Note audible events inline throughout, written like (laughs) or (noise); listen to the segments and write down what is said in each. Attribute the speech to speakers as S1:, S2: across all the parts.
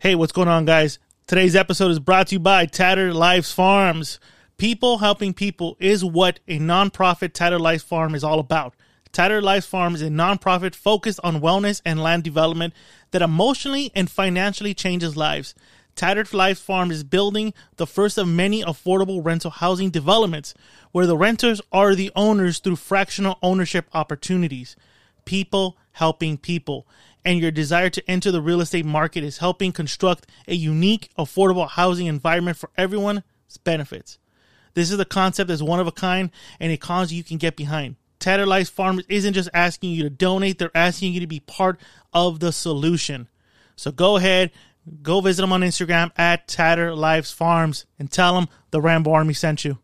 S1: Hey, what's going on, guys? Today's episode is brought to you by Tattered Lives Farms. People helping people is what a nonprofit Tattered Lives Farm is all about. Tattered Lives Farm is a nonprofit focused on wellness and land development that emotionally and financially changes lives. Tattered Lives Farm is building the first of many affordable rental housing developments where the renters are the owners through fractional ownership opportunities people helping people. And your desire to enter the real estate market is helping construct a unique, affordable housing environment for everyone's benefits. This is a concept that's one of a kind and a cause you can get behind. Tattered Life Farms isn't just asking you to donate, they're asking you to be part of the solution. So go ahead, go visit them on Instagram at Tatter Lives Farms and tell them the Rambo Army sent you.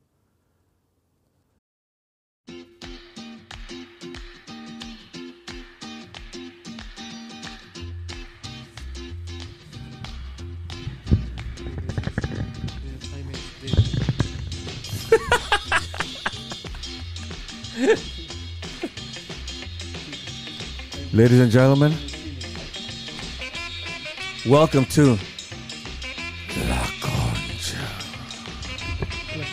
S2: Ladies and gentlemen, welcome to La Concha.
S3: La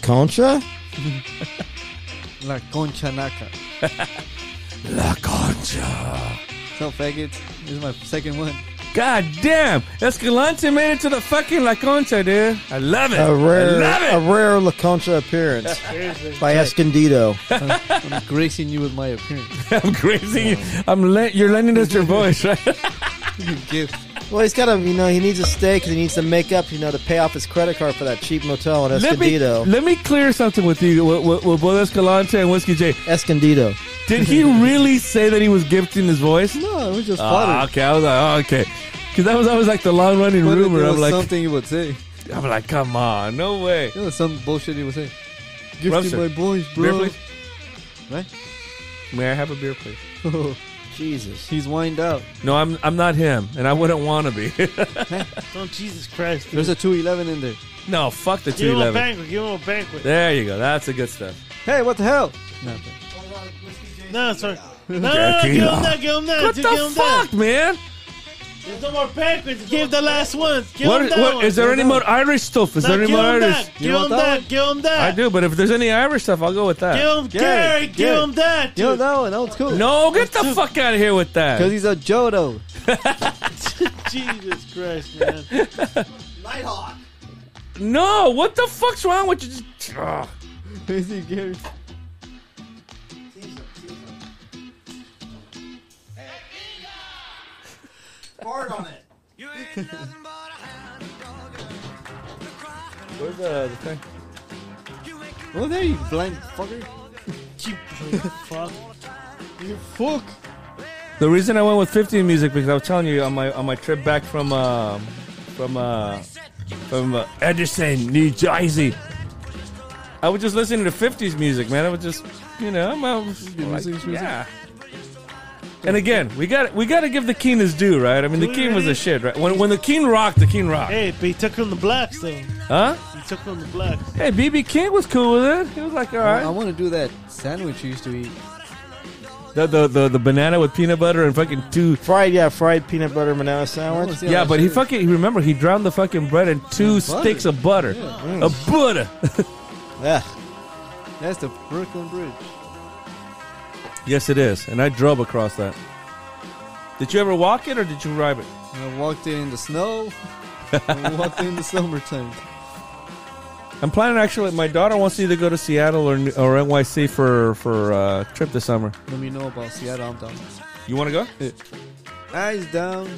S3: Concha?
S4: (laughs) La Concha Naca.
S2: La Concha.
S4: So faggots. This is my second one.
S2: God damn, Escalante made it to the fucking La Concha, dude. I love it.
S3: A
S2: I
S3: rare, a
S2: love it.
S3: rare La Concha
S4: (laughs)
S3: appearance by Escondido.
S4: I'm gracing you with my
S2: (laughs)
S4: appearance.
S2: I'm crazy. I'm le- you're lending us your voice, right?
S4: You gift.
S3: Well, he's got to, you know, he needs a stay because he needs to make up, you know, to pay off his credit card for that cheap motel in
S2: Let me,
S3: Escondido.
S2: let me clear something with you, with, with, with both Escalante and Whiskey J.
S3: Escondido.
S2: Did (laughs) he really say that he was gifting his voice?
S3: No, it was just
S2: Ah, okay, I was like, oh, okay. Because that was always like the long running
S4: But
S2: rumor.
S4: It
S2: I'm
S4: was
S2: like,
S4: something you would say.
S2: I'm like, come on, no way.
S4: It was some bullshit you would say. Give
S2: Rough, sir.
S4: me my boys,
S2: Beer,
S4: bro.
S2: please. May I have a beer, please?
S4: (laughs)
S3: Jesus.
S4: He's wined out.
S2: No, I'm I'm not him, and I wouldn't want to be. (laughs)
S1: Oh, Jesus Christ.
S4: There's a 211 in there.
S2: no, fuck the
S1: give him a
S2: 211.
S1: banquet. Give him a banquet.
S2: There you go. That's the good stuff.
S4: Hey, what the hell? Nothing.
S1: No,
S2: (laughs)
S1: sorry. No, no, no, give him that, give him that.
S2: What
S1: Just give
S2: the
S1: him that.
S2: fuck, man?
S1: There's no more banquets. Give the last ones. Give
S2: What,
S1: him that
S2: what
S1: one.
S2: is there any more Irish stuff? Is
S1: No,
S2: there any
S1: give
S2: more
S1: him
S2: Irish?
S1: that.
S4: You
S1: Give
S4: want
S1: him
S4: that
S1: that.
S4: one?
S1: Give him
S2: I
S1: that.
S2: do, but if there's any Irish stuff, I'll go with that.
S1: Give him
S4: Get it,
S1: Gary. Give
S4: get it.
S1: him that.
S4: You know
S1: dude.
S4: that one? That one's cool.
S2: No, get the fuck out of here with
S4: Because
S2: that.
S4: he's a Jodo.
S1: Jesus Christ, man.
S3: Nighthawk.
S2: No, what the fuck's wrong with you? Just- Ugh.
S4: Is he Gary?
S3: Fart on it.
S2: Where's the, the thing?
S4: Oh, there you blind fucker.
S1: You fuck.
S4: You fuck.
S2: The reason I went with 15 music because I was telling you on my on my trip back from um from uh, from uh, Edison, New Jersey. I was just listening to 50s music, man. I was just, you know, I'm, I was
S4: Good
S2: like,
S4: music, music.
S2: yeah. And again, we got we got to give the Keen his due, right? I mean, the
S1: we
S2: Keen was
S1: really?
S2: the shit, right? When when the Keen rocked, the Keen rocked,
S1: Hey, but he took from the blacks, though. He
S2: huh?
S1: took from the blacks.
S2: Hey, BB King was cool with it. He was like, all
S4: I, I
S2: right,
S4: want to do that sandwich you used to eat.
S2: the the the, the banana with peanut butter and fucking two
S3: Fried, yeah, fried peanut butter banana
S4: I wanna
S3: sandwich.
S4: see how
S2: Yeah,
S4: that
S2: but he
S4: shit is.
S2: fucking remember he drowned the fucking bread in two
S4: butter.
S2: sticks of butter,
S4: Yeah.
S2: a butter. (laughs)
S3: Yeah.
S4: That's the Brooklyn Bridge.
S2: yes, it is, and I drove across that. Did you ever walk it or did you ride it?
S4: I walked in the snow.
S2: (laughs)
S4: I walked in the summertime.
S2: I'm planning actually. My daughter wants to either go to Seattle or or NYC for for uh, trip this summer.
S4: Let me know about Seattle. I'm down.
S2: You want to go?
S4: Eyes down.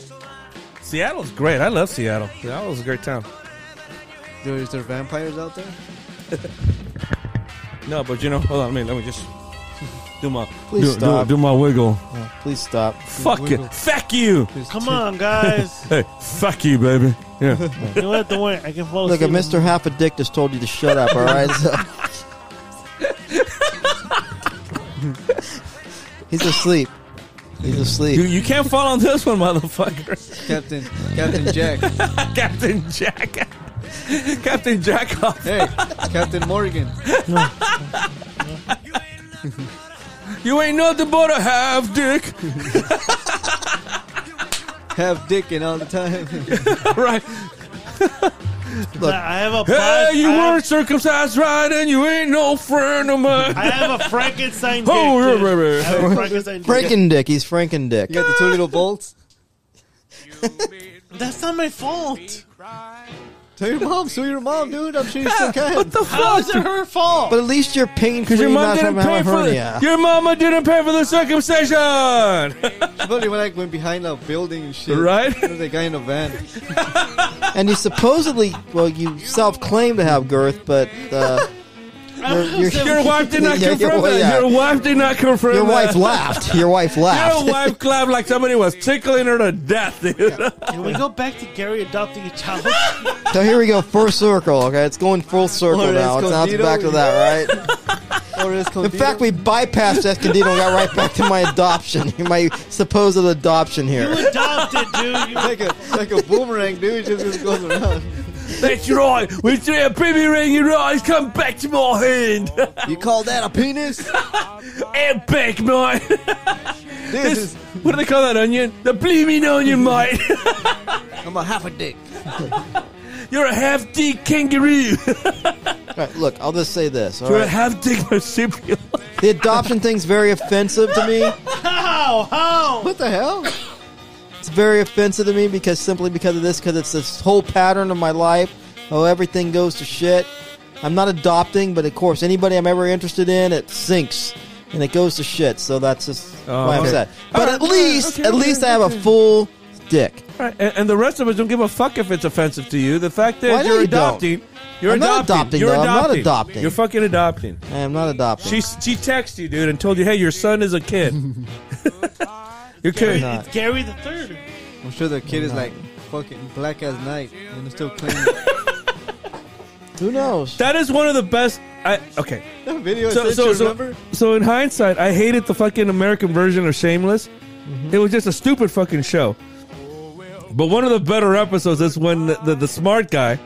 S2: Seattle's great. I love Seattle. Seattle's a great town.
S4: Dude, is there vampires out there?
S2: No, but you know, hold on, let me let me just do my
S3: Please
S2: do,
S3: stop.
S2: Do, do my wiggle.
S3: Yeah, please stop.
S2: Fuck
S4: wiggle.
S2: you. Fuck you.
S4: There's
S1: Come
S4: two-
S1: on, guys.
S2: Hey, fuck you, baby. Yeah.
S1: you know what? Don't worry. I can fall
S3: Look,
S1: asleep.
S3: if Mr. Half a Dick just told you to shut up, all right? So. He's asleep. He's asleep.
S2: you, you can't fall on this one, motherfucker.
S4: Captain
S2: (laughs)
S4: Captain Jack.
S2: Captain Jack. Captain Jack off.
S4: Hey, Captain Morgan.
S2: You ain't nothing but a half dick.
S4: have dick in all the time.
S3: (laughs)
S2: right.
S3: Look.
S1: I have a
S2: Hey, you
S1: I have-
S2: weren't circumcised right, and you ain't no friend of mine.
S1: I have a Frankenstein dick.
S2: (laughs) Oh,
S1: dude.
S2: right, right, right.
S1: I have a Frankenstein dick.
S3: Frankendick. He's Frankendick.
S4: you got the two little bolts.
S1: That's not my fault.
S4: Tell your mom, sue your mom, dude. I'm sure you still
S2: what (laughs)
S4: can.
S2: the
S1: How is
S2: fuck?
S1: it her fault?
S3: But at least you're pain free.
S2: Because your mom
S3: not
S2: didn't
S3: from
S2: pay
S3: having
S2: for
S3: hernia.
S2: the, your mama didn't pay for the
S3: (laughs)
S2: circumcision,
S4: But when I went behind a building and shit,
S2: right?
S4: There was a guy in a van.
S3: And you supposedly, well, you self claim to have girth, but
S2: (laughs)
S3: uh, your, your,
S2: Your wife did not
S3: Yeah, your-
S2: confirm
S3: well, yeah.
S2: that. Your wife did not confirm
S3: your
S2: that.
S3: wife laughed. Your wife
S2: Your
S3: laughed.
S2: wife clapped like somebody was tickling her to death, dude.
S1: Can we go back to Gary adopting a child?
S3: so here we go, full circle. Okay, it's going full circle
S4: Or
S3: now. It's not
S4: Escondido,
S3: back to that, right?
S4: Or it's
S3: In fact, we bypassed Escondido and got right back to my adoption, (laughs) my supposed adoption here.
S1: you adopted, dude. You
S4: like a like a boomerang, dude. It just, just goes around.
S2: (laughs) That's right. We threw a baby ring in your eyes. Come back to my
S3: (laughs)
S2: hand.
S4: You call that a (laughs) penis?
S2: and back, mate.
S4: This is
S2: What do they call that onion? The bleeming onion, mate.
S4: I'm a half a dick.
S2: (laughs) You're a half dick kangaroo.
S3: All right, look, I'll just say this. All
S2: You're a
S3: right.
S2: half dick marsupial.
S3: The adoption thing's very offensive to me.
S1: how? How?
S4: What the hell?
S3: It's very offensive to me because simply because of this, because it's this whole pattern of my life. Oh, everything goes to shit. I'm not adopting, but of course, anybody I'm ever interested in, it sinks and it goes to shit. So that's just
S2: Oh,
S3: why I'm
S2: okay.
S3: sad. But
S2: right,
S3: at least,
S2: okay,
S3: at
S2: okay,
S3: least I have a full dick.
S2: Right, and, and the rest of us don't give a fuck if it's offensive to you. The fact is,
S3: Why no,
S2: you're
S3: you don't?
S2: adopting. You're
S3: I'm not
S2: adopting.
S3: adopting,
S2: You're
S3: though. I'm not
S2: adopting.
S3: adopting.
S2: You're fucking (laughs) adopting.
S3: I am not adopting.
S2: She she texted you, dude, and told you, hey, your son is a (laughs) kid. your
S1: Gary,
S2: kid.
S1: it's Gary the third.
S4: I'm sure the kid is like fucking black as night and still (laughs) clean.
S3: Who knows?
S2: That is one of the best. I okay.
S4: That video
S2: So
S4: said
S2: so
S4: you
S2: so,
S4: remember?
S2: so in hindsight, I hated the fucking American version of Shameless. It was just a stupid fucking show. But one of the better episodes is when the, the, the smart guy,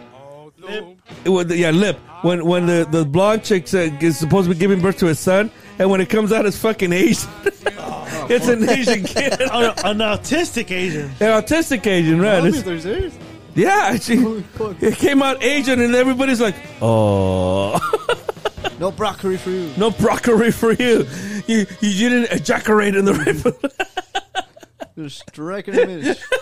S2: it was, yeah, Lip, when when the, the blonde chick said, is supposed to be giving birth to his son, and when it comes out, it's fucking Asian. (laughs) it's an Asian kid, an
S1: Oh, no, an autistic Asian.
S2: autistic Asian, right?
S4: Homies,
S2: It's-
S4: there's theirs.
S2: yeah, she,
S4: Holy fuck.
S2: it came out Asian, and everybody's like, oh.
S4: No broccoli for you.
S2: No broccoli for you. You you, you didn't ejaculate in the river.
S4: You're striking a miss.
S2: (laughs)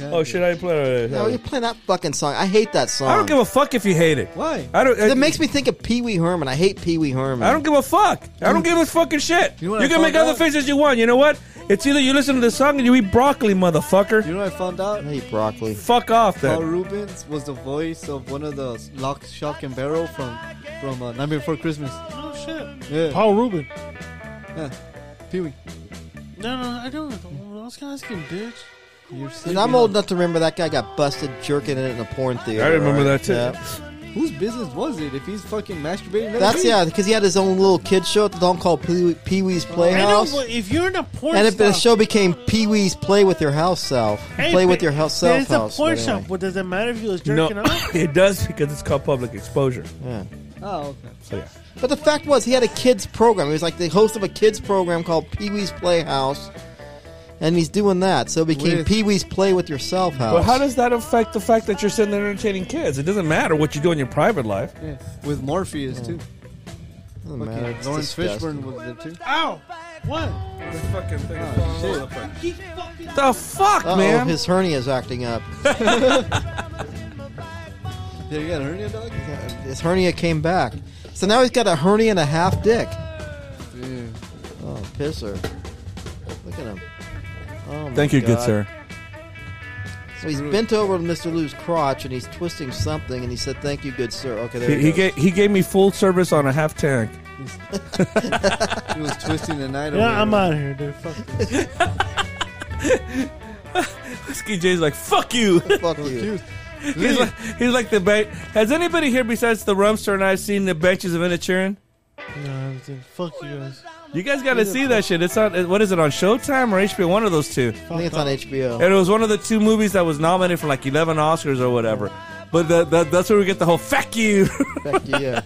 S2: oh shit! I played.
S3: No, you're playing that fucking song. I hate that song.
S2: I don't give a fuck if you hate it.
S4: Why?
S2: I don't. I,
S3: That makes me think of Pee Wee Herman. I hate Pee Wee Herman.
S2: I don't give a fuck. I don't give a fucking shit.
S4: You know
S2: You,
S4: what I
S2: can make
S4: found
S2: other
S4: out?
S2: faces you want. You know what? It's either you listen to the song and you eat broccoli, motherfucker.
S4: You know what I found out?
S3: I hate broccoli.
S2: fuck off
S4: Paul
S2: then.
S4: Rubens was the voice of one of the Lock, Shock, and Barrel from from uh, Night Before Christmas.
S1: Oh shit.
S4: Yeah,
S1: Paul Rubin.
S4: Pee Wee.
S1: No, no, I don't. I was gonna ask him, bitch.
S4: You're
S3: Dude,
S4: sleeping
S3: I'm
S4: on-
S3: old enough to remember that guy got busted jerking it in a porn theater.
S2: I remember that too.
S4: Whose business was it? If he's fucking masturbating, let
S3: That's
S4: him be.
S3: yeah, because he had his own little kid show at the dome called Pee Pee Wee's
S1: I know,
S3: Playhouse.
S1: but if you're in a porn
S3: And if the
S1: shop-
S3: show became Pee Wee's Play with Your House Self,
S1: Hey,
S3: Play with
S1: but
S3: Your House
S1: There's
S3: Self House.
S1: a porn
S3: but
S1: shop.
S3: anyway.
S1: What does it matter if you was
S2: No,
S1: jerking off?
S2: (laughs) it does because it's called public exposure.
S3: Yeah.
S4: Oh, okay.
S2: So yeah.
S3: But the fact was, he had a kids program. He was like the host of a kids program called Pee Wee's Playhouse, and he's doing that. So it became
S4: With-
S3: Pee Wee's Play with Yourself House.
S2: But how does that affect the fact that you're sitting there entertaining kids? It doesn't matter what you do in your private life.
S4: Yeah. With Morpheus too.
S3: Doesn't
S4: Fucking
S3: matter, it's
S4: Lawrence
S3: disgusting.
S4: Fishburne was there too.
S1: Ow! What?
S2: The fucking thing is
S4: Oh,
S2: falling
S4: shit.
S2: off.
S1: He fucking-
S2: The fuck,
S3: Uh-oh,
S2: man!
S3: his hernia is acting up.
S4: Yeah, you got a hernia, dog.
S3: His hernia came back. So now he's got a hernia and a half dick.
S4: Dude.
S3: Oh, pisser. Look at him. Oh my
S2: Thank you, good
S3: God.
S2: sir.
S3: So he's bent over Mr. Lou's crotch and he's twisting something and he said, Thank you, good sir. Okay, there
S2: He,
S3: you
S2: he
S3: go.
S2: gave he gave me full service on a half tank.
S4: He was twisting the night.
S1: (laughs) Yeah, I'm
S4: away.
S1: out of here, dude. Fuck this.
S2: Whiskey J's like fuck you. (laughs)
S3: Fuck you.
S4: Dude,
S2: he's like he's like the bench. Has anybody here besides the rumster and I seen the benches of Inaturin?
S1: No, dude, fuck you guys.
S2: You guys got to see that shit. It's on what is it on Showtime or HBO? One of those two.
S3: I think it's on HBO.
S2: And it was one of the two movies that was nominated for like eleven Oscars or whatever. But the, the, that's where we get the whole fuck you. (laughs)
S3: Fuck you, yeah.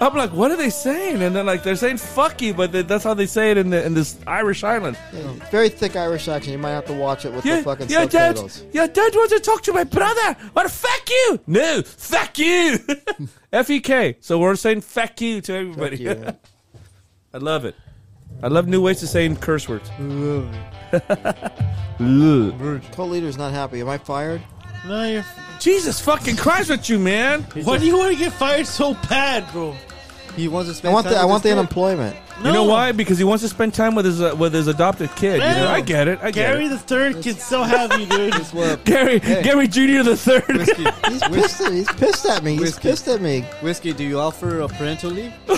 S2: I'm like, what are they saying? And then like they're saying "fuck you," but th- that's how they say it in the in this Irish island.
S3: It's very thick Irish accent. You might have to watch it with
S2: Yeah,
S3: the fucking
S2: your dad, (laughs)
S3: subtitles.
S2: your dad wants to talk to my brother. Or fuck you. No, fuck (laughs) you. F E K. So we're saying fuck you to everybody.
S3: Fuck you.
S2: (laughs) I love it. I love new ways to saying curse (laughs) words. Ugh.
S3: Co-leader's not happy. Am I fired?
S1: No, you're.
S2: Jesus fucking Christ with you, man.
S1: Why do you want to get fired so bad, bro?
S4: He wants to
S3: I
S4: spend.
S3: want the
S4: time
S3: I
S4: with
S3: want the
S4: his kid.
S3: unemployment.
S1: No.
S2: You know why? Because he wants to spend time with his uh, with his adopted kid. you know?
S1: Yeah.
S2: I get it. I get
S1: Gary
S2: it.
S1: the third can still have you, (laughs) dude.
S4: That's
S2: (laughs)
S4: what
S2: Gary Gary Junior the
S3: (laughs)
S2: third.
S4: whiskey.
S3: He's pissed. At, he's pissed at me. He's
S4: Whiskey.
S3: pissed at me.
S4: whiskey. Do you offer a parental leave?
S1: No,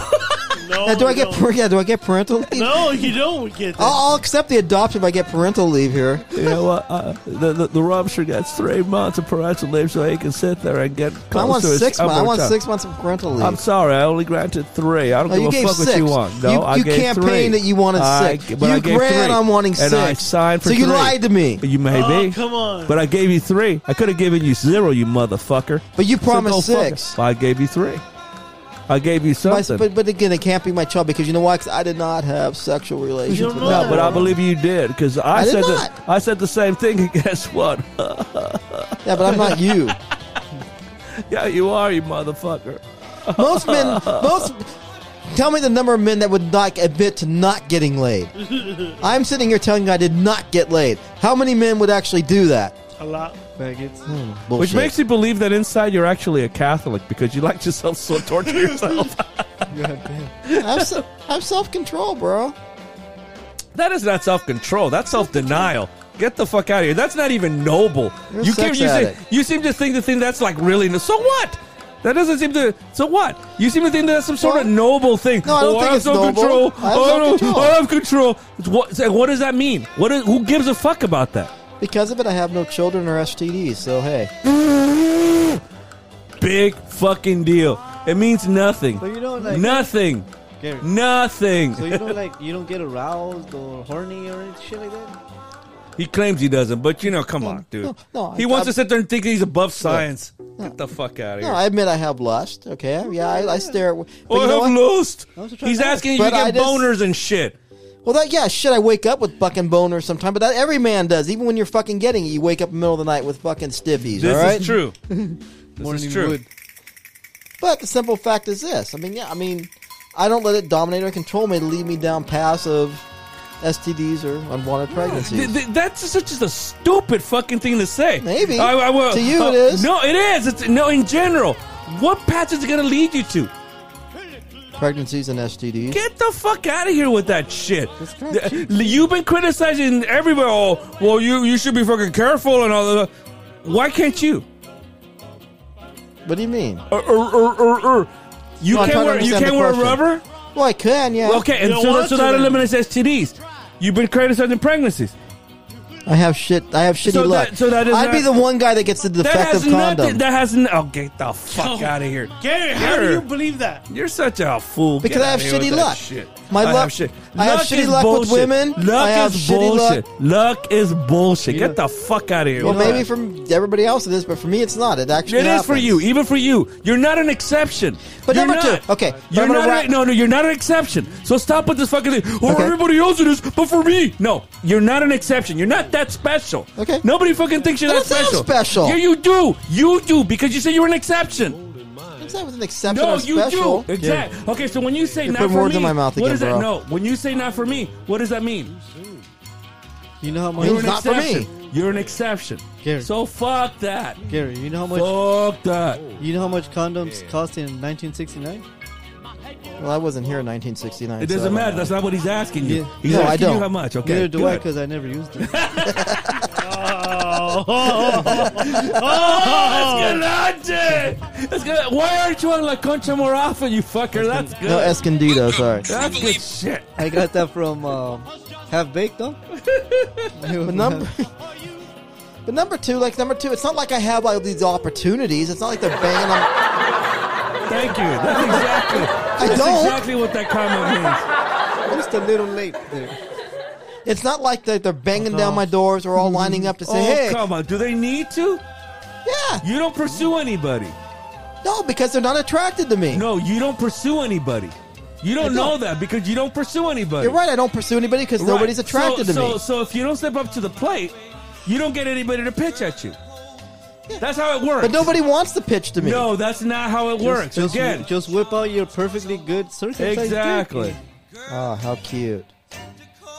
S2: Oh,
S3: Now, do I get
S1: no.
S3: par- yeah? Do I get parental leave?
S1: No, you don't get that.
S3: I'll, I'll accept the adoption if I get parental leave here.
S2: (laughs) You know what? Uh, the, the the Robster gets three months of parental leave, so he can sit there and get.
S3: I
S2: close
S3: want
S2: to his
S3: six. Months, I
S2: unborn
S3: want
S2: child.
S3: six months of parental leave.
S2: I'm sorry, I only granted three. I don't
S3: No,
S2: give
S3: you
S2: a
S3: gave
S2: fuck
S3: six.
S2: what you want. No,
S3: you,
S2: I
S3: you
S2: gave
S3: campaigned
S2: three.
S3: that you wanted
S2: I-
S3: six.
S2: but
S3: you
S2: I gave
S3: ran
S2: three.
S3: on wanting
S2: And
S3: six.
S2: I signed for
S3: so you
S2: three.
S3: lied to me.
S2: You may
S1: Oh,
S2: be,
S1: come on.
S2: but I gave you three. I could have given you zero, you motherfucker.
S3: But you promised
S2: So go fuck
S3: six.
S2: it. I gave you three. I gave you
S3: But,
S2: something.
S3: but, but again, it can't be my child because you know why? Because I did not have sexual relations.
S1: You
S3: with
S1: don't
S3: that
S2: no, but I
S3: woman.
S2: believe you did because I,
S3: I did
S2: said
S3: not.
S2: the, I said the same thing. (laughs) And guess what?
S3: Yeah, but I'm not you.
S2: (laughs) yeah, you are, you motherfucker.
S3: most men, most. Tell me the number of men that would not admit to not getting laid.
S2: (laughs)
S3: I'm sitting here telling you I did not get laid. How many men would actually do that?
S1: a lot.
S4: Maggots.
S3: Bullshit.
S2: Which makes you believe that inside you're actually a Catholic because you like yourself
S1: (laughs)
S2: so torture yourself.
S3: (laughs) have, se- have self control, bro.
S2: that is not self control. That's self denial. Get the fuck out of here. That's not even noble.
S3: You're a
S2: you can't-
S3: sex
S2: you, seem,
S3: addict.
S2: you seem to think the thing that's like really no- so what. That doesn't seem to. So what? You seem to think that's some sort of
S3: Well,
S2: noble thing.
S3: no, I don't
S2: oh,
S3: think
S2: I have
S3: it's
S2: no
S3: noble.
S2: control.
S3: I have
S2: oh,
S3: no
S2: I don't-
S3: control.
S2: I have control. It's What, so what does that mean? What is, who gives a fuck about that?
S3: Because of it, I have no children or STDs. So hey,
S2: Big fucking deal. It means nothing.
S4: So you don't like-
S2: nothing.
S4: Gary.
S2: Nothing.
S4: So you don't like you don't get aroused or horny or any shit like that.
S2: He claims he doesn't, but you know, come on, dude.
S3: no, no,
S2: he
S3: I-
S2: wants
S3: I-
S2: to sit there and think he's above science. Get the fuck out of
S3: no,
S2: here.
S3: I admit I have lust. Okay, yeah, I, I stare. At, but
S2: oh,
S3: you know
S2: I
S3: what?
S2: have lost.
S4: was trying
S2: He's
S4: to-
S2: asking you to
S3: But I
S2: get
S3: just-
S2: boners and shit.
S3: Well, that yeah, shit. I wake up with fucking boners sometime, but that every man does. Even when you're fucking getting it, you wake up in the middle of the night with fucking stiffies.
S2: This
S3: all right,
S2: is
S3: (laughs)
S2: true. this
S4: Morning
S2: is true.
S4: wood.
S3: But the simple fact is this: I mean, yeah, I mean, I don't let it dominate or control me, lead me down paths of STDs or unwanted pregnancies.
S2: Th- th- that's just such a stupid fucking thing to say.
S3: Maybe.
S2: will- uh,
S3: To you it is.
S2: No, it is. It's no. In general, what path is it going to lead you to?
S3: pregnancies and STDs.
S2: Get the fuck out of here with that shit. Th- You've been criticizing everybody. Oh, well, you you should be fucking careful and all that. Why can't you?
S3: What do you mean?
S2: Er, er, er, er, er. You
S3: No,
S2: can't
S3: I'm trying to
S2: wear you
S3: understand
S2: can't
S3: the
S2: wear
S3: question.
S2: rubber.
S3: Well, I can, yeah.
S2: Okay, and
S1: don't
S2: so, that-
S1: want
S2: so
S1: to
S2: that
S1: then.
S2: eliminates STDs. You've been criticizing pregnancies.
S3: I have shit. I have shitty
S2: So that-
S3: luck.
S2: so that is
S3: I'd be
S2: not-
S3: the one guy that gets the
S2: That
S3: defective
S2: has nothing.
S3: condom
S2: That has n- oh, get the fuck out of here,
S1: Gary, how do
S2: Gary.
S1: you believe that?
S2: You're such a fool.
S3: because
S2: Get
S3: I have
S2: outta here
S3: shitty
S2: with that
S3: luck.
S2: shit.
S3: My
S2: I
S3: luck.
S2: have shit.
S3: I have shitty
S2: is
S3: luck with
S2: bullshit.
S3: women.
S2: Luck
S3: I have
S2: is
S3: shitty luck.
S2: bullshit. Luck is bullshit. Get
S4: know-
S2: the fuck out of here.
S3: Well,
S2: with
S3: maybe
S2: that.
S3: from everybody else it is, but for me it's not. It actually
S2: It is for
S3: happens.
S2: you, even for you. You're not an exception.
S3: But
S2: You're
S3: number two,
S2: not.
S3: okay, but
S2: You're
S3: I'm gonna
S2: not.
S3: wrap-
S2: a- no, no, you're not an exception. So stop with this fucking thing. Or
S3: Okay.
S2: everybody else it is, but for me, no. You're not an exception. You're not that special.
S3: Okay.
S2: Nobody fucking thinks you're
S3: I
S2: that
S3: don't think
S2: special.
S3: I'm special.
S2: Yeah, you do. You do because you say you're an exception.
S3: It's not with an exception
S2: No,
S3: or
S2: you
S3: special.
S2: do. Exactly. Okay, so when you say
S3: You're
S2: not
S3: putting
S2: for
S3: words
S2: me,
S3: in my mouth
S2: what
S3: again,
S2: does that?
S3: bro.
S2: No, when you say not for me, what does that mean?
S4: You know how
S3: You're
S2: You're
S4: much,
S2: an
S3: not for me.
S2: exception. You're an exception.
S4: Gary.
S2: So fuck that.
S4: Gary? You know how much?
S2: Fuck that.
S4: You know how much condoms cost in 1969?
S3: Well, I wasn't here in 1969.
S2: It
S3: so I
S2: doesn't
S3: don't
S2: matter.
S3: know.
S2: That's not what he's asking you.
S4: Yeah.
S2: He's
S3: No, I
S2: asking you
S3: don't.
S2: how much. Okay.
S4: Neither do I
S2: good.
S4: because I never used it.
S1: Oh, oh, oh,
S2: Escalante! Escalante! Why aren't you on La Concha more often, you fucker? That's good. (laughs)
S3: No, Escondido. Sorry.
S2: That's good shit.
S4: I got that from um, Half Baked though.
S3: But number, (laughs) but number two, like number two, it's not like I have like these opportunities. It's not like they're banging on. (laughs)
S2: Thank you. That's exactly. I that's
S3: don't.
S2: exactly what that comment means.
S4: Just a little late there.
S3: It's not like that they're banging down my doors or all lining up to say,
S2: Mm-hmm. oh,
S3: "Hey,
S2: come on. Do they need to?
S3: yeah."
S2: You don't pursue anybody.
S3: No, because they're not attracted to me.
S2: No, you don't pursue anybody. You don't
S3: I don't.
S2: know that because you don't pursue anybody.
S3: You're right. I don't pursue anybody because
S2: Right.
S3: nobody's attracted
S2: so,
S3: to
S2: so,
S3: me.
S2: So if you don't step up to the plate, you don't get anybody to pitch at you. That's how it works.
S3: But nobody wants to pitch to me.
S2: No, that's not how it works.
S4: Just,
S2: Again,
S4: just whip out your perfectly good circumcised dick.
S2: exactly.
S3: Oh, how cute.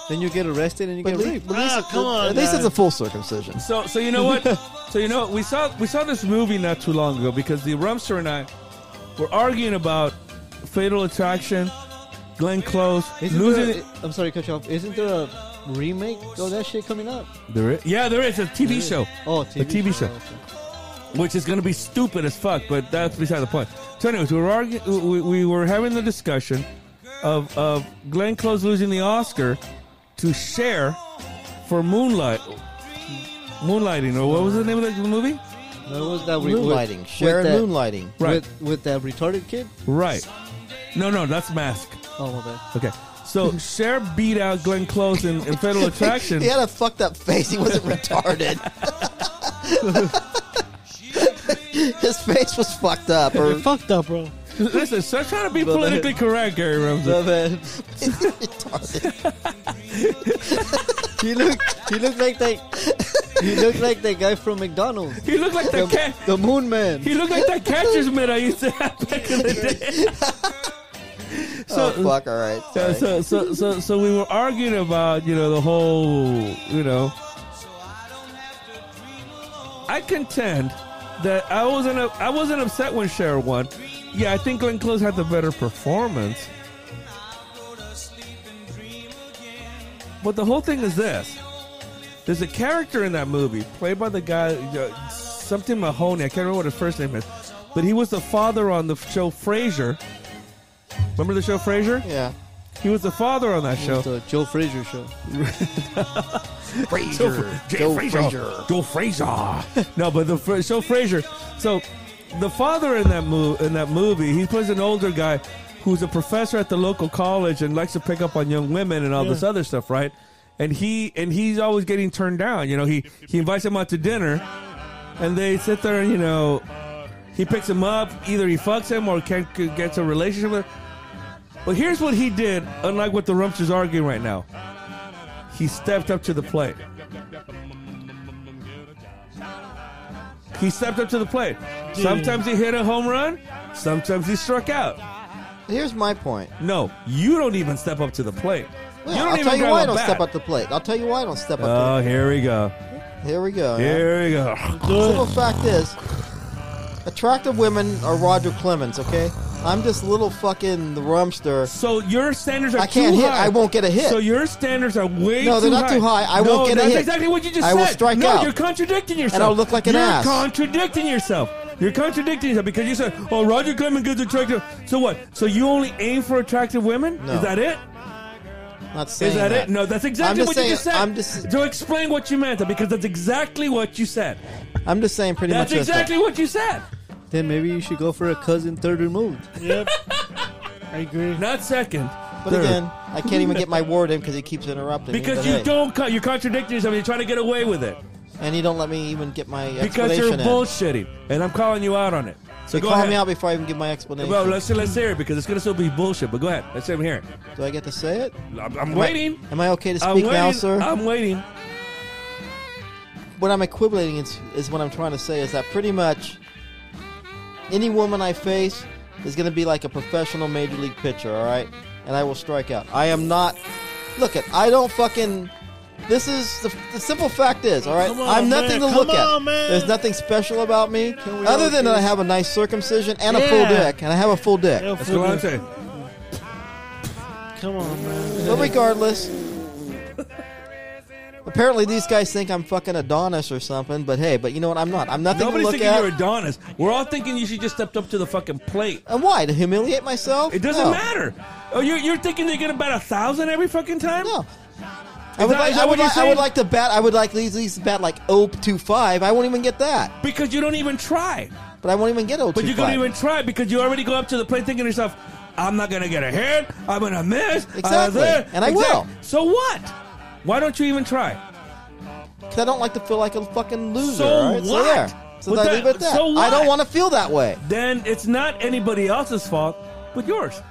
S4: Then you get arrested and you
S3: But
S4: get
S3: at le-
S4: raped.
S3: but at least,
S1: Ah, come on,
S3: at least
S1: guys.
S3: it's a full circumcision.
S2: So, so you know what? so you know what? we saw we saw this movie not too long ago because the Rumster and I were arguing about Fatal Attraction, Glenn Close
S4: Isn't
S2: losing.
S4: there, I'm sorry, cut you off. Isn't there a remake of that shit coming up?
S2: There is- yeah, there is a TV show.
S4: Oh, TV
S2: A TV show. which is going to be stupid as fuck, but that's beside the point. So, anyways, we were arguing, we, we were having the discussion of of Glenn Close losing the Oscar to Cher for Moonlight, Moonlighting, or what was the name of the movie?
S4: That was that re-
S3: Moonlighting.
S4: With,
S3: Sharon
S4: with that,
S3: moonlighting.
S2: Right.
S4: With, with that retarded kid.
S2: Right. No, no, that's Mask.
S4: Oh my bad.
S2: Okay. So Cher beat out Glenn Close in, in Fatal Attraction.
S3: (laughs) He had a fucked up face. He wasn't retarded. (laughs) His face was fucked up. Or
S1: You're fucked up, bro.
S2: Listen, stop trying to be
S4: Well, that-
S2: politically correct, Gary Ramsey.
S3: (laughs) retarded.
S4: he looked. He looked like that. (laughs) He looked like that guy from McDonald's.
S2: He looked like the cat.
S4: The Moon Man.
S2: He looked like that catcher's mitt I used to have back in the day.
S3: Oh,
S2: so,
S3: fuck. All right.
S2: so,
S3: Sorry.
S2: so, so, so, so we were arguing about you know the whole you know. I contend that I wasn't up- I wasn't upset when Cher won. Yeah, I think Glenn Close had the better performance. But the whole thing is this: there's a character in that movie played by the guy uh, something Mahoney. I can't remember what his first name is, but he was the father on the show Frasier. Remember the show Frasier?
S3: yeah.
S2: He was the father on that show.
S4: It's a Joe Frazier show.
S3: Frazier.
S2: Joe Frazier. Joe Frazier. (laughs) no, but the Fra- so Frazier. So the father in that mo- in that movie, he plays an older guy who's a professor at the local college and likes to pick up on young women and all this
S1: Yeah.
S2: other stuff, right? And he and he's always getting turned down. You know, he he invites him out to dinner, and they sit there and you know. He picks him up. Either he fucks him or can, can gets a relationship with. But here's what he did, unlike what the Rumpster's arguing right now. He stepped up to the plate. He stepped up to the plate. Sometimes he hit a home run, sometimes he struck out.
S3: Here's my point.
S2: No, you don't even step up to the plate.
S3: Well,
S2: you don't
S3: I'll
S2: even
S3: tell you
S2: grab
S3: why
S2: a
S3: I don't
S2: bat.
S3: step up the plate. I'll tell you why I don't step up.
S2: Oh, here we go.
S3: the Here we go. yeah.
S2: Here we go.
S3: Simple fact is, attractive women are Roger Clemens. Okay, I'm just little fucking the rumster.
S2: So your standards are
S3: I can't
S2: too
S3: hit.
S2: high.
S3: I won't get a hit.
S2: So your standards are way
S3: No,
S2: too
S3: they're not too high. I
S2: No,
S3: won't get a
S2: that's
S3: hit.
S2: exactly what you just
S3: I
S2: said.
S3: will strike
S2: no,
S3: out.
S2: you're contradicting yourself.
S3: I'll look like an
S2: you're
S3: ass.
S2: contradicting yourself. You're contradicting yourself because you said, "Oh, Roger Clemens gets attractive." So what? So you only aim for attractive women?
S3: No.
S2: Is that it?
S3: Not saying
S2: Is that, it? No, that's exactly
S3: just
S2: what
S3: saying-
S2: you just said.
S3: I'm just-
S2: to explain what you meant because that's exactly what you said.
S3: I'm just saying pretty
S2: That's
S3: much this
S2: exactly what you said.
S4: Then maybe you should go for a cousin third removed.
S1: Yep. I agree.
S2: Not second.
S3: But
S2: third.
S3: again, I can't even get my word in because he keeps interrupting. me,
S2: because
S3: but
S2: you
S3: hey.
S2: don't, co- you're contradicting yourself. You're trying to get away with it.
S3: and you don't let me even get my
S2: Because you're
S3: explanation in.
S2: bullshitting, and I'm calling you out on it. So
S3: You
S2: go
S3: call
S2: ahead.
S3: me out before I even give my explanation.
S2: Well, let's let's hear it because it's gonna still be bullshit. But go ahead, let's hear it.
S3: Do I get to say it?
S2: I'm, I'm
S3: Am I-
S2: waiting.
S3: am I okay to
S2: I'm
S3: speak
S2: waiting.
S3: now, sir?
S2: I'm waiting.
S3: what I'm equivalating is, is what I'm trying to say is that pretty much any woman I face is going to be like a professional major league pitcher, all right? And I will strike out. I am not. Look at. I don't fucking. This is the, the simple fact is, all right.
S1: Come on,
S3: I'm nothing
S1: man.
S3: to look
S1: Come
S3: at.
S1: on, man.
S3: There's nothing special about me,
S4: we
S3: other
S4: all
S3: than
S4: do
S3: that I
S4: this?
S3: have a nice circumcision and a full
S1: Yeah.
S3: dick, and I have a full dick.
S1: Yeah,
S2: That's
S1: fool,
S2: what I'm
S1: dude.
S2: saying.
S1: Come on, man.
S3: But regardless, apparently these guys think I'm fucking Adonis or something. But hey, but you know what? I'm not. I'm nothing
S2: Nobody's
S3: to look
S2: thinking
S3: at.
S2: you're Adonis. We're all thinking you should just stepped up to the fucking plate.
S3: And why? To humiliate myself?
S2: It doesn't
S3: No.
S2: matter. Oh, you're, you're thinking they get about a thousand every fucking time?
S3: No. I would,
S2: that-
S3: like,
S2: is that
S3: I,
S2: what
S3: would
S2: you're
S3: like, I would
S2: saying?
S3: like to bat. I would like at least bat like 025. I won't even get that.
S2: Because you don't even try.
S3: But I won't even get 025.
S2: But you're gonna even try because you already go up to the plate thinking to yourself, "I'm not gonna get a hit. I'm gonna miss." I'm
S3: Exactly.
S2: there."
S3: And I
S2: Exact-
S3: will.
S2: So what? Why don't you even try?
S3: 'Cause I don't like to feel like a fucking loser.
S2: So
S3: all right?
S2: what?
S3: there. So
S2: But
S3: I
S2: that-
S3: leave it at that.
S2: so
S3: I
S2: what?
S3: don't want to feel that way.
S2: Then it's not anybody else's fault, but yours.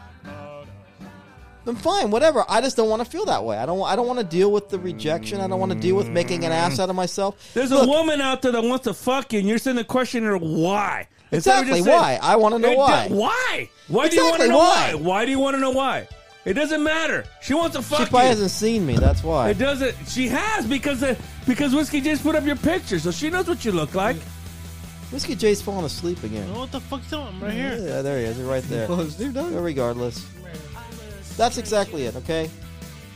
S3: Then fine, whatever. I just don't want to feel that way. I don't. wa- I don't want to deal with the rejection. I don't want to deal with making an ass out of myself.
S2: There's
S3: Look,
S2: a woman out there that wants to fuck you, and you're sending a question to her why. Instead of
S3: Exactly,
S2: just saying,
S3: why? I wanna know
S2: "Hey,
S3: why."
S2: d- Why? Why do you want to
S3: Exactly,
S2: know why?
S3: why?
S2: Why do you want to know why? It doesn't matter. She wants to
S3: She
S2: fuck
S3: probably
S2: you.
S3: hasn't seen me. That's why.
S2: It doesn't. She has because the, because whiskey just put up your picture, so she knows what you look like.
S3: Whiskey J's falling asleep again.
S1: know what the fuck you doing? I'm right here.
S3: Yeah, there he is. He's right there.
S4: Oh, is there
S3: But
S4: done?
S3: regardless, that's exactly it. Okay,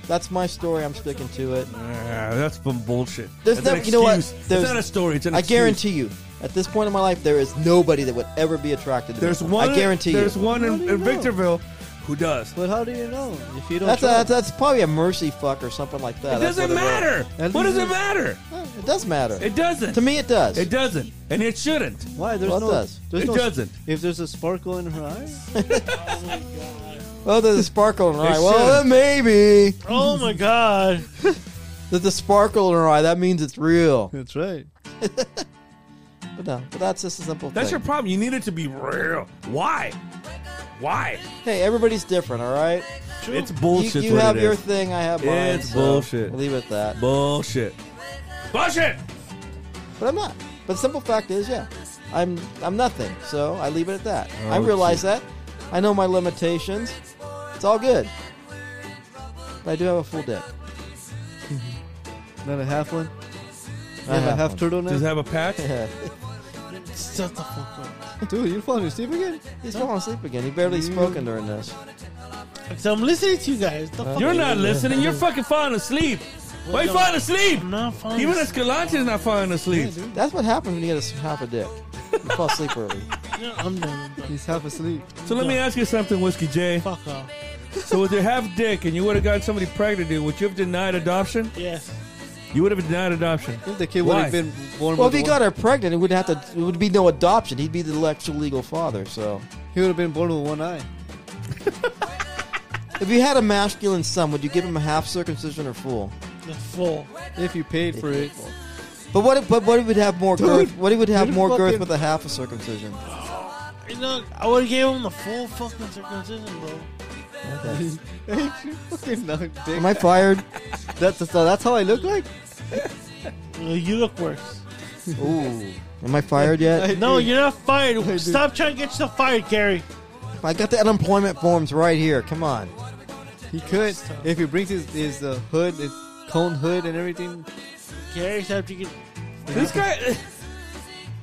S3: that's my story. I'm sticking to it.
S2: Ah, that's some bullshit.
S3: There's
S2: That's an
S3: never- you know what?
S2: excuse. It's
S3: There's-
S2: not a story. It's an
S3: I
S2: excuse.
S3: guarantee you, at this point in my life, there is nobody that would ever be attracted to
S2: There's
S3: me.
S2: one.
S3: I guarantee you.
S2: There's one
S4: How do
S2: in,
S4: you
S2: in
S4: know?
S2: Victorville who does.
S4: But how do you know if you don't?
S3: That's, a,
S4: try?
S3: that's that's probably a mercy fuck or something like that.
S2: It
S3: That's
S2: doesn't
S3: what
S2: matter.
S4: At
S2: What does
S4: least
S2: it matter?
S3: is. It does matter.
S2: It doesn't.
S3: to me, it does.
S2: it doesn't, and it shouldn't.
S4: Why? There's
S3: Well, it
S4: no.
S3: does.
S4: There's
S2: It
S4: no,
S2: doesn't.
S4: If thees a sparkle in her eye,
S3: oh, there's a sparkle in her eye. Well,
S2: shouldn't.
S3: then maybe
S1: Oh my god.
S3: there's a sparkle in her eye. That means it's real.
S4: (laughs) that's right.
S3: But no, but that's just a simple
S2: That's your
S3: thing.
S2: problem. You need it to be real. Why? Why?
S3: hey, everybody's different, all right?
S2: It's
S3: You-
S2: bullshit.
S3: you have your thing, I have mine.
S2: It's
S3: so
S2: bullshit.
S3: we'll leave it at that.
S2: bullshit. Bullshit.
S3: But I'm not. But the simple fact is, yeah, I'm I'm nothing. So I leave it at that. I realize that. I know my limitations. It's all good. But I do have a full dick.
S4: Not a half one.
S3: I
S4: Not a half
S3: one.
S2: Does
S4: turtleneck.
S2: it have a patch?
S3: (laughs) Yeah.
S1: Shut the fuck up.
S4: Dude, you falling asleep again?
S3: He's falling asleep again. He barely spoken during this.
S1: So I'm listening to you guys. The fuck
S2: You're not listening. You're fucking falling asleep. Why you falling asleep?
S1: I'm not fine.
S2: Even Escalante is not falling asleep.
S3: That's what happens when you get a s- half a dick. You fall asleep early.
S1: I'm done.
S4: He's half asleep.
S2: So let me ask you something, Whiskey J.
S1: Fuck off.
S2: So with your half dick and you would have gotten somebody pregnant, dude, would you have denied adoption?
S1: Yes.
S2: You would have denied adoption.
S4: If the kid
S2: Why?
S4: would have been born,
S3: Well, if
S4: with
S3: he
S4: one,
S3: got her pregnant, it would have to. It would be no adoption. He'd be the actual legal father. So,
S4: he would have been born with one eye.
S3: if you had a masculine son, would you give him a half circumcision or full?
S1: The full.
S4: If you paid for it,
S3: But what? If, but what if it have more girth? What if it would have
S4: dude,
S3: more girth
S4: fucking-
S3: with a half a circumcision?
S1: You know, I would have gave him the full fucking circumcision, bro.
S3: Okay.
S4: (laughs) ain't you fucking not dick?
S3: Am I fired?
S4: That's so that's how I look like.
S1: Uh, You look worse.
S3: Ooh. Am I fired yet?
S1: No,
S4: Dude.
S1: you're not fired. Stop trying to get yourself fired, Gary.
S3: I got the unemployment forms right here. Come on.
S4: He could
S2: uh,
S4: if he brings his his uh, hood, his cone hood and everything.
S1: Gary, stop drinking.
S2: This guy. (laughs)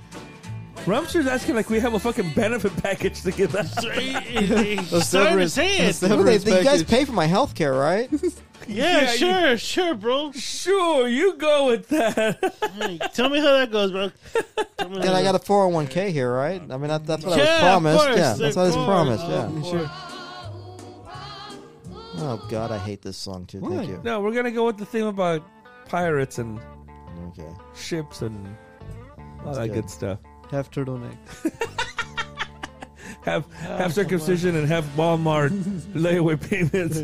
S2: Rumster's asking like we have a fucking benefit package to give us. (laughs)
S1: It's starting to
S4: severance-
S1: say
S4: a
S1: it.
S4: severance
S3: Ooh, they- they- you guys
S4: package.
S3: pay for my health care, right?
S1: Yeah,
S2: Yeah, you-
S1: sure, sure, bro.
S2: Sure, you go with that. (laughs)
S1: Hey, Tell me how that goes, bro. Tell me how
S3: and I
S1: that
S3: got a 401k here, right? I mean, that, that's what
S1: Yeah, of
S3: I was promised.
S1: course,
S3: yeah,
S1: of
S3: that's what I was
S1: course.
S3: promised.
S1: Of
S3: Yeah.
S1: course.
S3: Oh God, I hate this song too.
S4: Why?
S3: Thank you.
S2: No, we're gonna go with the theme about pirates and
S3: Okay.
S2: ships and all
S3: That's
S2: that
S3: good.
S2: good stuff.
S4: Half
S2: (laughs)
S4: turtleneck. (laughs)
S2: Have have circumcision and have (laughs) Walmart layaway payments.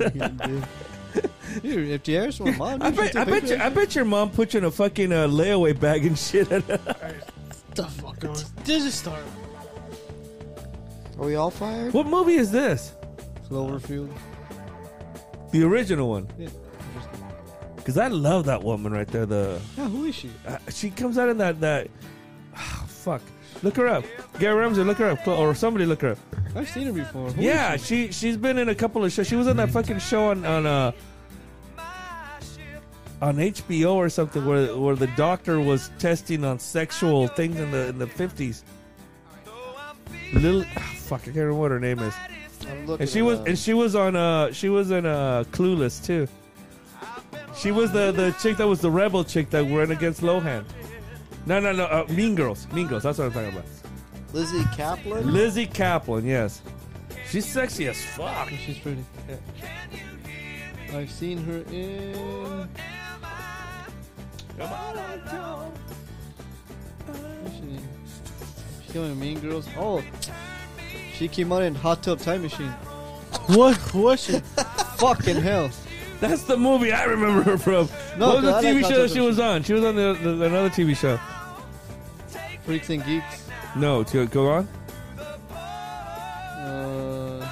S4: Dude, if Jairus were mom,
S2: I bet, I bet you, I bet your mom put you in a fucking uh, layaway bag and shit. (laughs)
S1: the fuck goes. This is start.
S3: Are we all fired?
S2: what movie is this?
S4: Cloverfield.
S2: The original one,
S4: Yeah.
S2: because I love that woman right there. The
S4: yeah, who is she?
S2: uh, she comes out in that that (sighs) fuck. Look her up, Gary Ramsey. Look her up, Clo- or somebody look her up.
S4: I've seen her before. Who is
S2: Yeah, she she's been in a couple of shows. She was on that fucking show on on uh on HBO or something where where the doctor was testing on sexual things in the in the fifties. Little ah, fuck, I can't remember what her name is.
S3: I'm looking
S2: And she
S3: at,
S2: was
S3: uh,
S2: and she was on uh she was in uh Clueless too. She was the the chick that was the rebel chick that ran against Lohan. No, no, no. Uh, mean Girls, Mean Girls. That's what I'm talking about.
S3: Lizzie Kaplan.
S2: Lizzie Kaplan, yes. She's sexy as fuck.
S4: she? She's pretty. I've seen her in.
S2: Come on, Joe.
S4: who's She in? She came in Mean Girls. Oh, she came out in Hot Tub Time Machine.
S1: What was she?
S4: Fucking hell!
S2: That's the movie I remember her from.
S4: No,
S2: what was the
S4: I like
S2: TV
S4: Hot
S2: show
S4: Tub
S2: that she was on? She was on the, the, another TV show.
S4: Freaks and Geeks.
S2: No, to go on.
S4: Uh,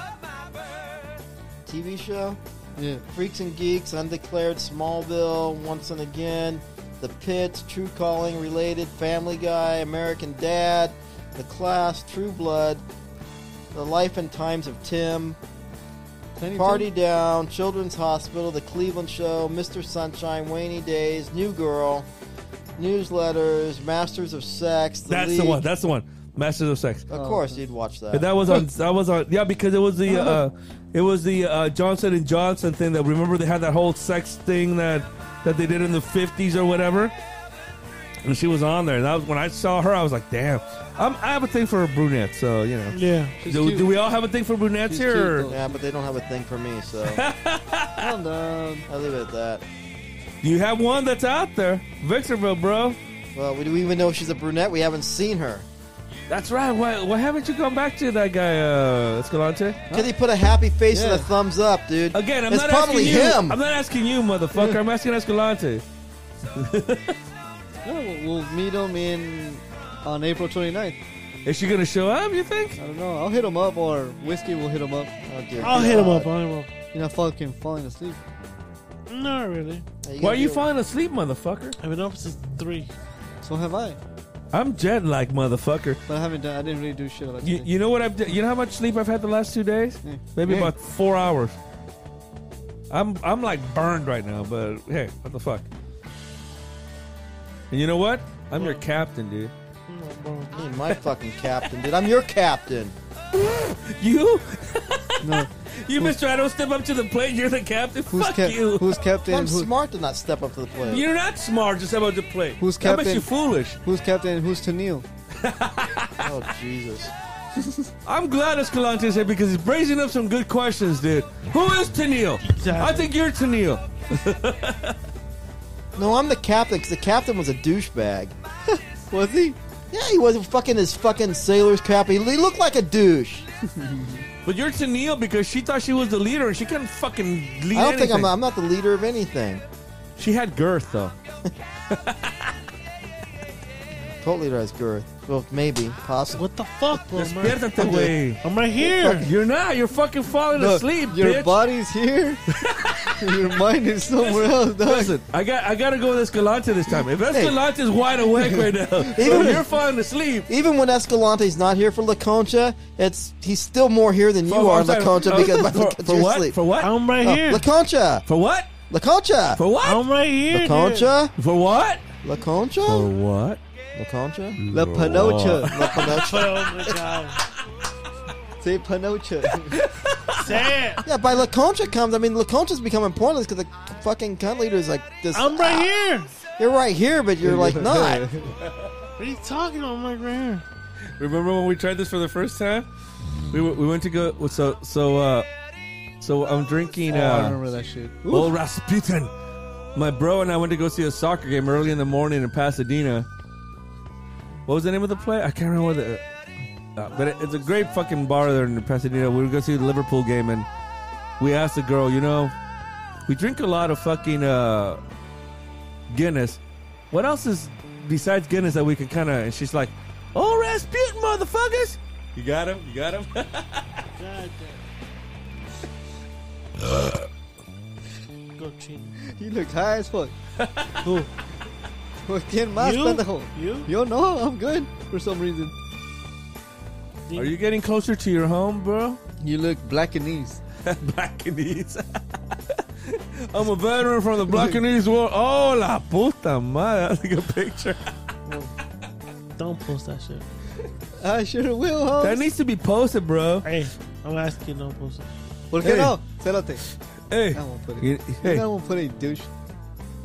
S3: TV show.
S4: yeah.
S3: Freaks and Geeks, Undeclared, Smallville, Once and Again, The Pits, True Calling, Related, Family Guy, American Dad, The Class, True Blood, The Life and Times of Tim,
S4: Tiny
S3: Party Down, Children's Hospital, The Cleveland Show, Mr. Sunshine, Wainy Days, New Girl, Newsletters, Masters of Sex. The
S2: That's the
S3: League.
S2: one. That's the one. Masters of Sex.
S3: of course, you'd watch
S2: But
S3: that.
S2: that was on. That was on. Yeah, because it was
S4: Uh-huh.
S2: the, uh, it was the uh, Johnson and Johnson thing. That remember they had that whole sex thing that that they did in the fifties or whatever. And she was on there. And that was when I saw her. I was like, damn. I'm, I have a thing for a brunette. So you know.
S1: Yeah.
S4: She's
S2: Do,
S4: cute.
S2: do we all have a thing for brunettes
S4: She's cute,
S2: here? or-
S4: though.
S3: yeah, but they don't have a thing for me,
S2: (laughs)
S3: so
S4: Calm down.
S3: I'll leave it at that.
S2: do you have one that's out there? Victorville, bro.
S3: Well, we do even know she's a brunette. We haven't seen her.
S2: That's right. Why, why haven't you gone back to that guy, uh, Escalante?
S3: Because he put a happy face and
S4: Yeah.
S3: a thumbs up, dude.
S2: Again, I'm
S3: it's
S2: not
S3: probably
S2: asking you.
S3: him.
S2: I'm not asking you, motherfucker. I'm asking Escalante.
S4: No, we'll meet him in on April 29th.
S2: Is she gonna show up? You think?
S4: I don't know. I'll hit him up, or Whiskey will hit him up.
S3: Oh, dear
S1: I'll hit him
S3: God.
S1: up. I'll hit him up.
S4: You're not fucking falling asleep.
S1: Not really.
S3: you
S2: Why are
S3: gotta
S2: you
S3: do-
S2: falling asleep, motherfucker?
S1: I've been up since three.
S4: So have I,
S2: I'm jet like motherfucker.
S4: but I haven't done. I didn't really do shit about
S2: You,
S4: today.
S2: you know what I've done? You know how much sleep I've had the last two days?
S3: Hmm.
S4: Mm.
S2: Maybe
S4: Mm.
S2: about four hours. I'm I'm like burned right now, but hey, what the fuck? And you know what? I'm your captain, dude.
S3: You ain't my fucking captain, dude. I'm your captain.
S2: You
S4: No,
S2: (laughs) you Mr. I don't step up to the plate, you're the captain.
S4: who's
S2: fuck
S4: kept?
S2: you.
S4: Who's captain?
S3: I'm
S4: who-
S3: smart to not step up to the plate.
S2: You're not smart just about to play.
S4: Who's
S2: I bet
S4: captain?
S2: you foolish.
S4: Who's captain? and Who's Tennille?
S3: Oh Jesus!
S2: I'm glad Escalante's here because he's raising up some good questions, dude. Who is Tennille? I think you're Tennille.
S3: No, I'm the captain. Cause the captain was a douchebag.
S4: Was he?
S3: Yeah, he was fucking his fucking sailor's cap. He he looked like a douche.
S2: But you're Tennille because she thought she was the leader and she couldn't fucking lead
S3: I don't think I'm.
S2: anything.
S3: I'm not the leader of anything.
S2: She had girth, though.
S3: Cult leader has girth. Well, maybe, possibly.
S1: What the fuck, bro? I'm right-
S2: Despiértate, güey.
S1: I'm right here.
S2: You're not. You're fucking falling asleep,
S4: your
S2: bitch.
S4: body's
S3: (laughs)
S4: here. your mind is somewhere else. Dog.
S2: Listen, I got I gotta go with Escalante this time. If Escalante's wide awake right now,
S3: Even-
S2: and (laughs) you're falling asleep.
S3: Even when Escalante's not here for La Concha, it's he's still more here than you
S2: Oh,
S3: are,
S2: I'm
S3: La
S2: sorry.
S3: Concha,
S2: Oh, (laughs)
S3: because
S2: for,
S3: because
S2: for
S3: you're
S2: what?
S3: asleep.
S2: For what?
S1: I'm right
S3: Oh,
S1: here.
S3: La Concha,
S2: For what?
S3: La Concha,
S2: For what?
S1: I'm right here.
S3: La
S1: dude.
S3: Concha,
S2: For what?
S3: La
S2: For
S3: Concha,
S2: what?
S3: La Concha.
S4: La Panocha.
S3: La Concha.
S1: Oh my god.
S4: Say Panocha. (laughs)
S1: Say it.
S3: yeah, by La Concha comes. I mean, La Concha's becoming pointless because the fucking cunt leader is like this.
S1: I'm right here.
S3: You're right here, but you're like not.
S1: What are you talking about? I'm like right here.
S2: Remember when we tried this for the first time? We, w- we went to go so so uh so I'm drinking
S4: Oh, I
S2: uh
S4: remember that shit.
S2: Old Rasputin. My bro and I went to go see a soccer game early in the morning in Pasadena. What was the name of the play? I can't remember what the uh, but it, it's a great fucking bar there in Pasadena. We were going to see the Liverpool game and we asked the girl, you know, we drink a lot of fucking uh Guinness. What else is besides Guinness that we could kind of? And she's like, "Oh, Rasputin, motherfuckers! You got him, you got him." (laughs)
S1: Go cheat.
S4: You look high as
S3: (laughs)
S4: fuck. Who? ¿Quién más,
S1: You?
S4: pendejo?
S1: You?
S4: Yo, no, I'm good for some reason.
S2: Are you getting closer to your home, bro?
S4: You look black and knees.
S2: (laughs) Black and East. (laughs) I'm a veteran from the Black and East War. Oh la puta madre! (laughs) That's like a picture.
S1: Don't post that shit.
S4: I sure will, huh?
S2: That needs to be posted, bro.
S1: Hey, I'm asking you, don't post it.
S4: ¿Por
S2: Hey.
S4: qué no? Célate.
S2: Hey,
S4: I won't put it.
S2: you- hey,
S4: I won't put it, douche.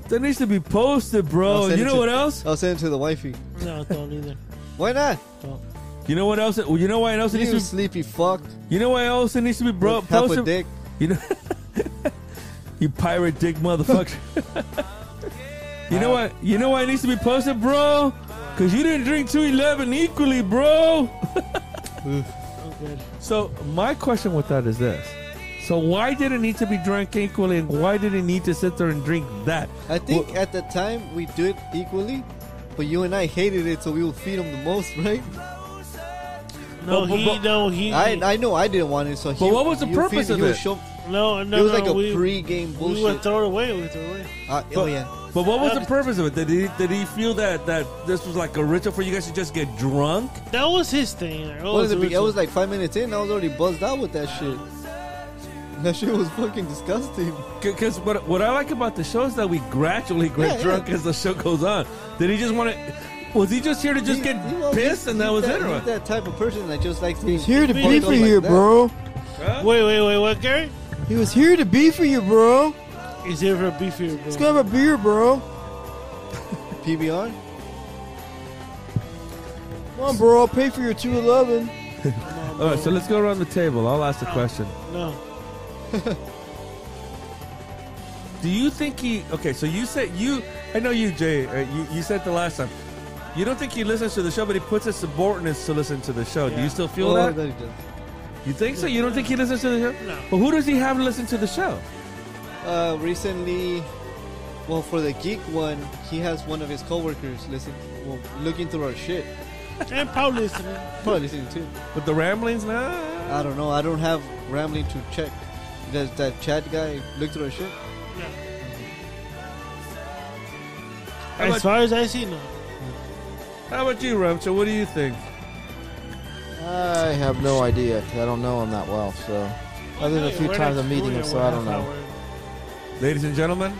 S2: that needs to be posted, bro.
S4: I'll send
S2: You
S4: it
S2: know
S4: to-
S2: what else?
S4: I'll send it to the wifey.
S1: No, don't either.
S4: Why not?
S1: Don't.
S2: You know what else? You know why else it
S4: You
S2: needs to?
S4: sleepy fuck.
S2: Be, you know why else it needs to be bro,
S4: with half a
S2: posted?
S4: dick.
S2: You know, (laughs) you pirate dick motherfucker. (laughs) you know what? You know why it needs to be posted, bro? Cause you didn't drink 211 equally, bro. (laughs)
S1: I'm good.
S2: So my question with that is this: So why did it need to be drunk equally, and why did it need to sit there and drink that?
S4: I think at the time we do it equally But you and I hated it, so we will feed him the most, right?
S1: No,
S2: But- but-
S1: he,
S2: but-
S1: no, he,
S4: I I know I didn't want it, so.
S2: But what was the purpose of it?
S1: no, no,
S4: it was
S1: no,
S4: like a
S1: we,
S4: pre-game
S1: we
S4: bullshit.
S1: would throw it away. We would throw it away.
S4: Uh, oh yeah.
S2: But what was the purpose of it? Did he did he feel that that this was like a ritual for you guys to just get drunk?
S1: That was his thing. Like, oh,
S4: What is
S1: it's
S4: it? be- I
S1: original.
S4: was like five minutes in. I was already buzzed out with that shit. That shit was fucking disgusting.
S2: Because what what I like about the show is that we gradually get
S4: Yeah, yeah.
S2: drunk as the show goes on. Did he just want to? Was he just here to just
S4: He-
S2: get
S4: he was-
S2: pissed and
S4: he's
S2: that was
S4: that,
S2: it? Or
S4: He's that type of person that just likes
S3: He
S4: things.
S3: was here to
S1: Me
S3: be
S1: neither.
S3: for
S4: Like
S3: you,
S4: that.
S3: bro.
S2: Huh?
S1: Wait, wait, wait. What, Gary?
S3: He was here to be for you, bro.
S1: Is there for a beef here, bro?
S4: (laughs)
S3: Let's go have a beer, bro.
S4: PBR.
S3: Come on, bro. I'll pay for your 211.
S2: All right, so let's go around the table. I'll ask the question.
S4: (laughs)
S1: No.
S2: Do you think he? Okay, so you said you. I know you, Jay. Uh, you you said the last time. You don't think he listens to the show, but he puts his subordinates to listen to the show. Do
S1: Yeah.
S2: you still feel
S4: Oh,
S2: that?
S4: that he does.
S2: You think so? You don't think he listens to the show?
S1: No.
S2: Well, who does he have listen to the show?
S4: Uh, recently, well, for the geek one, he has one of his coworkers listen, well, looking through our shit.
S1: And probably listening.
S4: Probably listening too.
S2: With the ramblings, nah.
S4: I don't know. I don't have rambling to check. Does that Chad guy look through our shit?
S1: Yeah.
S2: How
S1: As
S2: about,
S1: far as I see, no.
S2: how about you, Ramcha? What do you think?
S3: I have no idea. I don't know him that well, so. Other than a few
S1: We're
S3: times
S1: not
S3: I'm meeting
S1: screwing
S3: him,
S1: it,
S3: so
S1: we're
S3: I don't
S1: not
S3: know.
S1: worried.
S2: Ladies and gentlemen,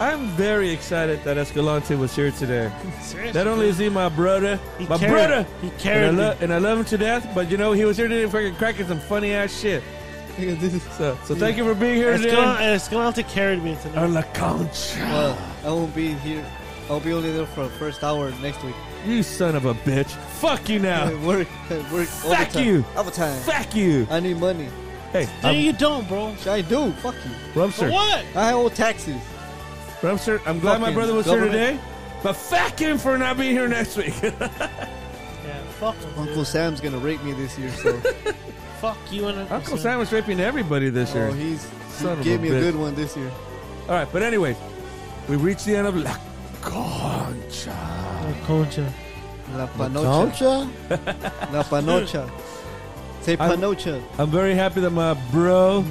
S2: I'm very excited that Escalante was here today.
S1: Seriously.
S2: Not only is he my brother,
S1: He
S2: my
S1: carried-
S2: brother,
S1: He
S2: and I,
S1: carried
S2: lo-
S1: me.
S2: and I love him to death, but you know, he was here today fucking cracking some funny ass shit. (laughs) So, so thank you for being here
S1: Escal-
S2: today.
S1: Escalante carried me tonight.
S2: la concha.
S4: Well, I won't be here. I'll be only there for the first hour next week.
S2: You son of a bitch. Fuck you now.
S4: At (laughs) work, at work. all the
S2: Ah. Fuck
S4: time.
S2: you.
S4: All the time.
S2: Fuck you.
S4: I need money.
S2: Hey,
S1: No,
S2: I'm,
S1: you don't, bro.
S4: I do. Fuck you.
S1: For
S2: Rumster.
S1: what?
S4: I owe taxes.
S2: Rumster, I'm glad my
S4: Fucking
S2: brother was here today,
S4: government.
S2: but fuck him for not being here next week. (laughs)
S1: Yeah, fuck him, dude.
S4: Uncle Sam's gonna rape me this
S2: (laughs)
S4: year, so
S1: Fuck you and Uncle,
S2: Uncle Sam was raping everybody this year.
S4: oh, he's
S2: Son of
S4: he
S2: a
S4: gave me
S2: bitch.
S4: a good one this year.
S2: All right, but anyways, we reached the end of La Concha.
S1: Oh, Concha.
S4: La panocha.
S3: Concha?
S2: (laughs)
S4: La panocha. Say
S2: I'm- (laughs)
S4: panocha.
S2: I'm very happy that my bro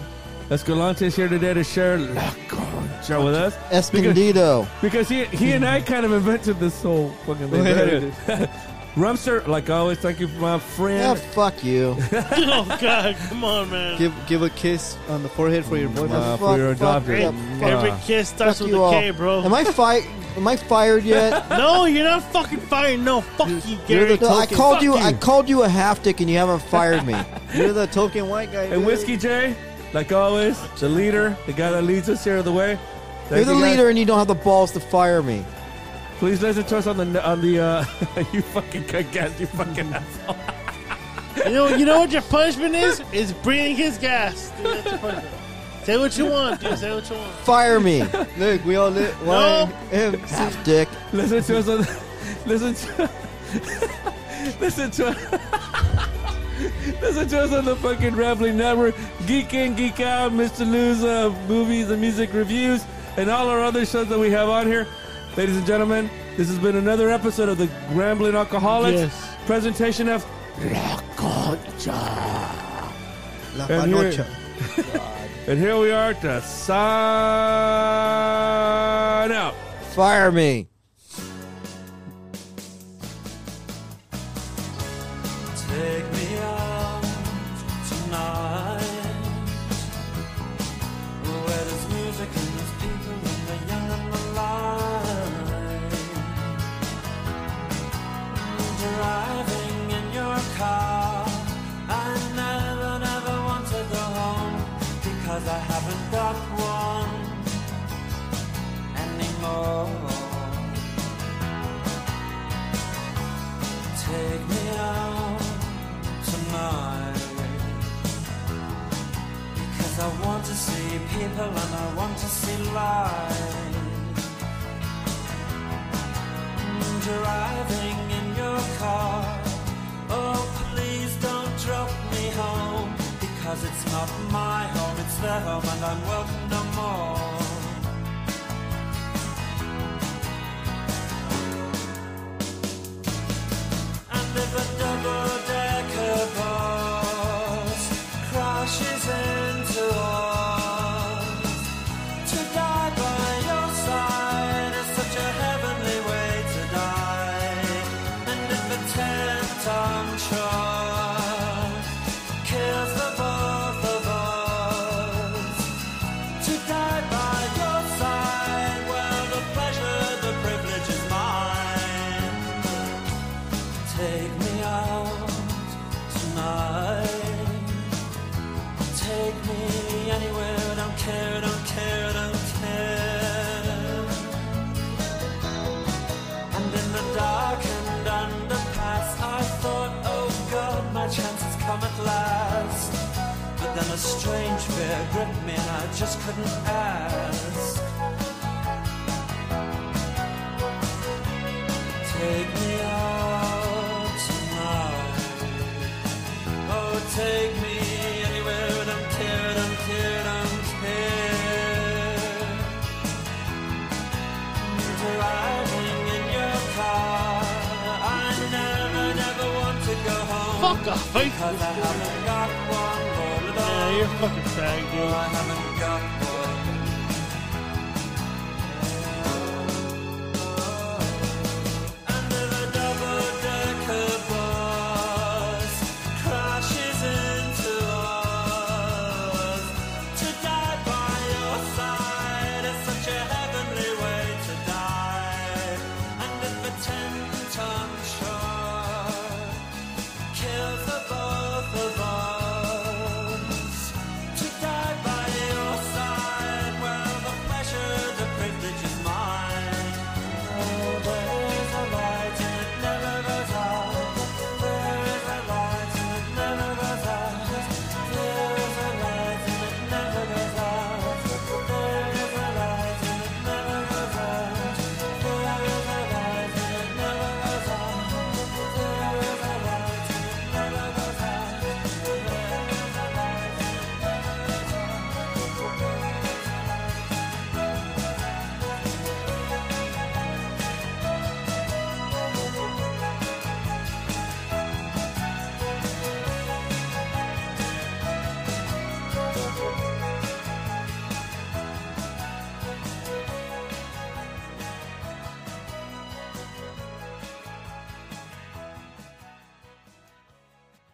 S2: Escalante is here today to share La Concha with us
S3: Escondido.
S2: because he he and I kind of invented this whole fucking thing. But anyway, Rumster, like always, thank you, my
S3: Yeah,
S2: friend.
S3: fuck (laughs) you.
S1: (laughs) oh God, come on, man.
S4: Give give a kiss on the forehead for your boyfriend.
S2: Uh, for your
S3: Fuck, fuck,
S2: adopted.
S1: Hey,
S3: fuck,
S2: Mwah.
S1: every kiss starts
S3: fuck
S1: with
S3: you
S1: a
S3: all.
S1: K, bro.
S3: Am I fi- Am I
S1: (laughs)
S3: fired yet?
S1: no, you're not fucking fired. No, fuck you, Gary.
S3: No, I
S4: Token.
S3: called
S1: Fuck
S3: you.
S1: you.
S3: I called you a half dick, and you haven't fired me.
S4: You're the token white guy.
S2: And
S4: dude.
S2: Whiskey J, like always, the leader, the guy that leads us here the way.
S3: You're
S2: Thank you,
S3: the
S2: guys.
S3: leader, and you don't have the balls to fire me.
S2: Please listen to us on the on the uh, (laughs) you fucking gas, you fucking asshole.
S1: You know, you know what your punishment is? Is breathing his
S3: (laughs)
S1: gas. Dude, that's your punishment. Say what you want, dude. Say what you want. Oh,
S3: Fire me,
S4: Look, we all lit. Why? Him.
S3: half dick.
S2: Listen to us on. Listen to. listen to. listen to us on the fucking Rambling Network. Geek in, geek out, Mr. Lou's uh, movies and music reviews, and all our other shows that we have on here. Ladies and gentlemen, this has been another episode of the Rambling Alcoholics.
S1: Yes.
S2: Presentation of
S4: La
S2: And here-
S4: panocha.
S2: (laughs) and here we are to sign out.
S3: Fire me.
S5: Take me out tonight Where there's music and there's people and the young and the alive Driving in your car I never, never want to go home Because I haven't got one anymore Take me out tonight Because I want to see people and I want to see life Driving in your car Oh please don't drop me home Because it's not my home, it's their home and I'm welcome no more oh A strange fear gripped me and I just couldn't ask. Take me out tonight. Oh, take me anywhere and I'm teared, I'm teared, I'm teared. Driving in your car. I never, never want to go home.
S1: Fuck off, Faith.
S5: Cause I haven't got one more
S1: Yeah,
S5: love.
S1: you're a fucking fag,
S5: I
S1: dude.
S5: haven't got Oh,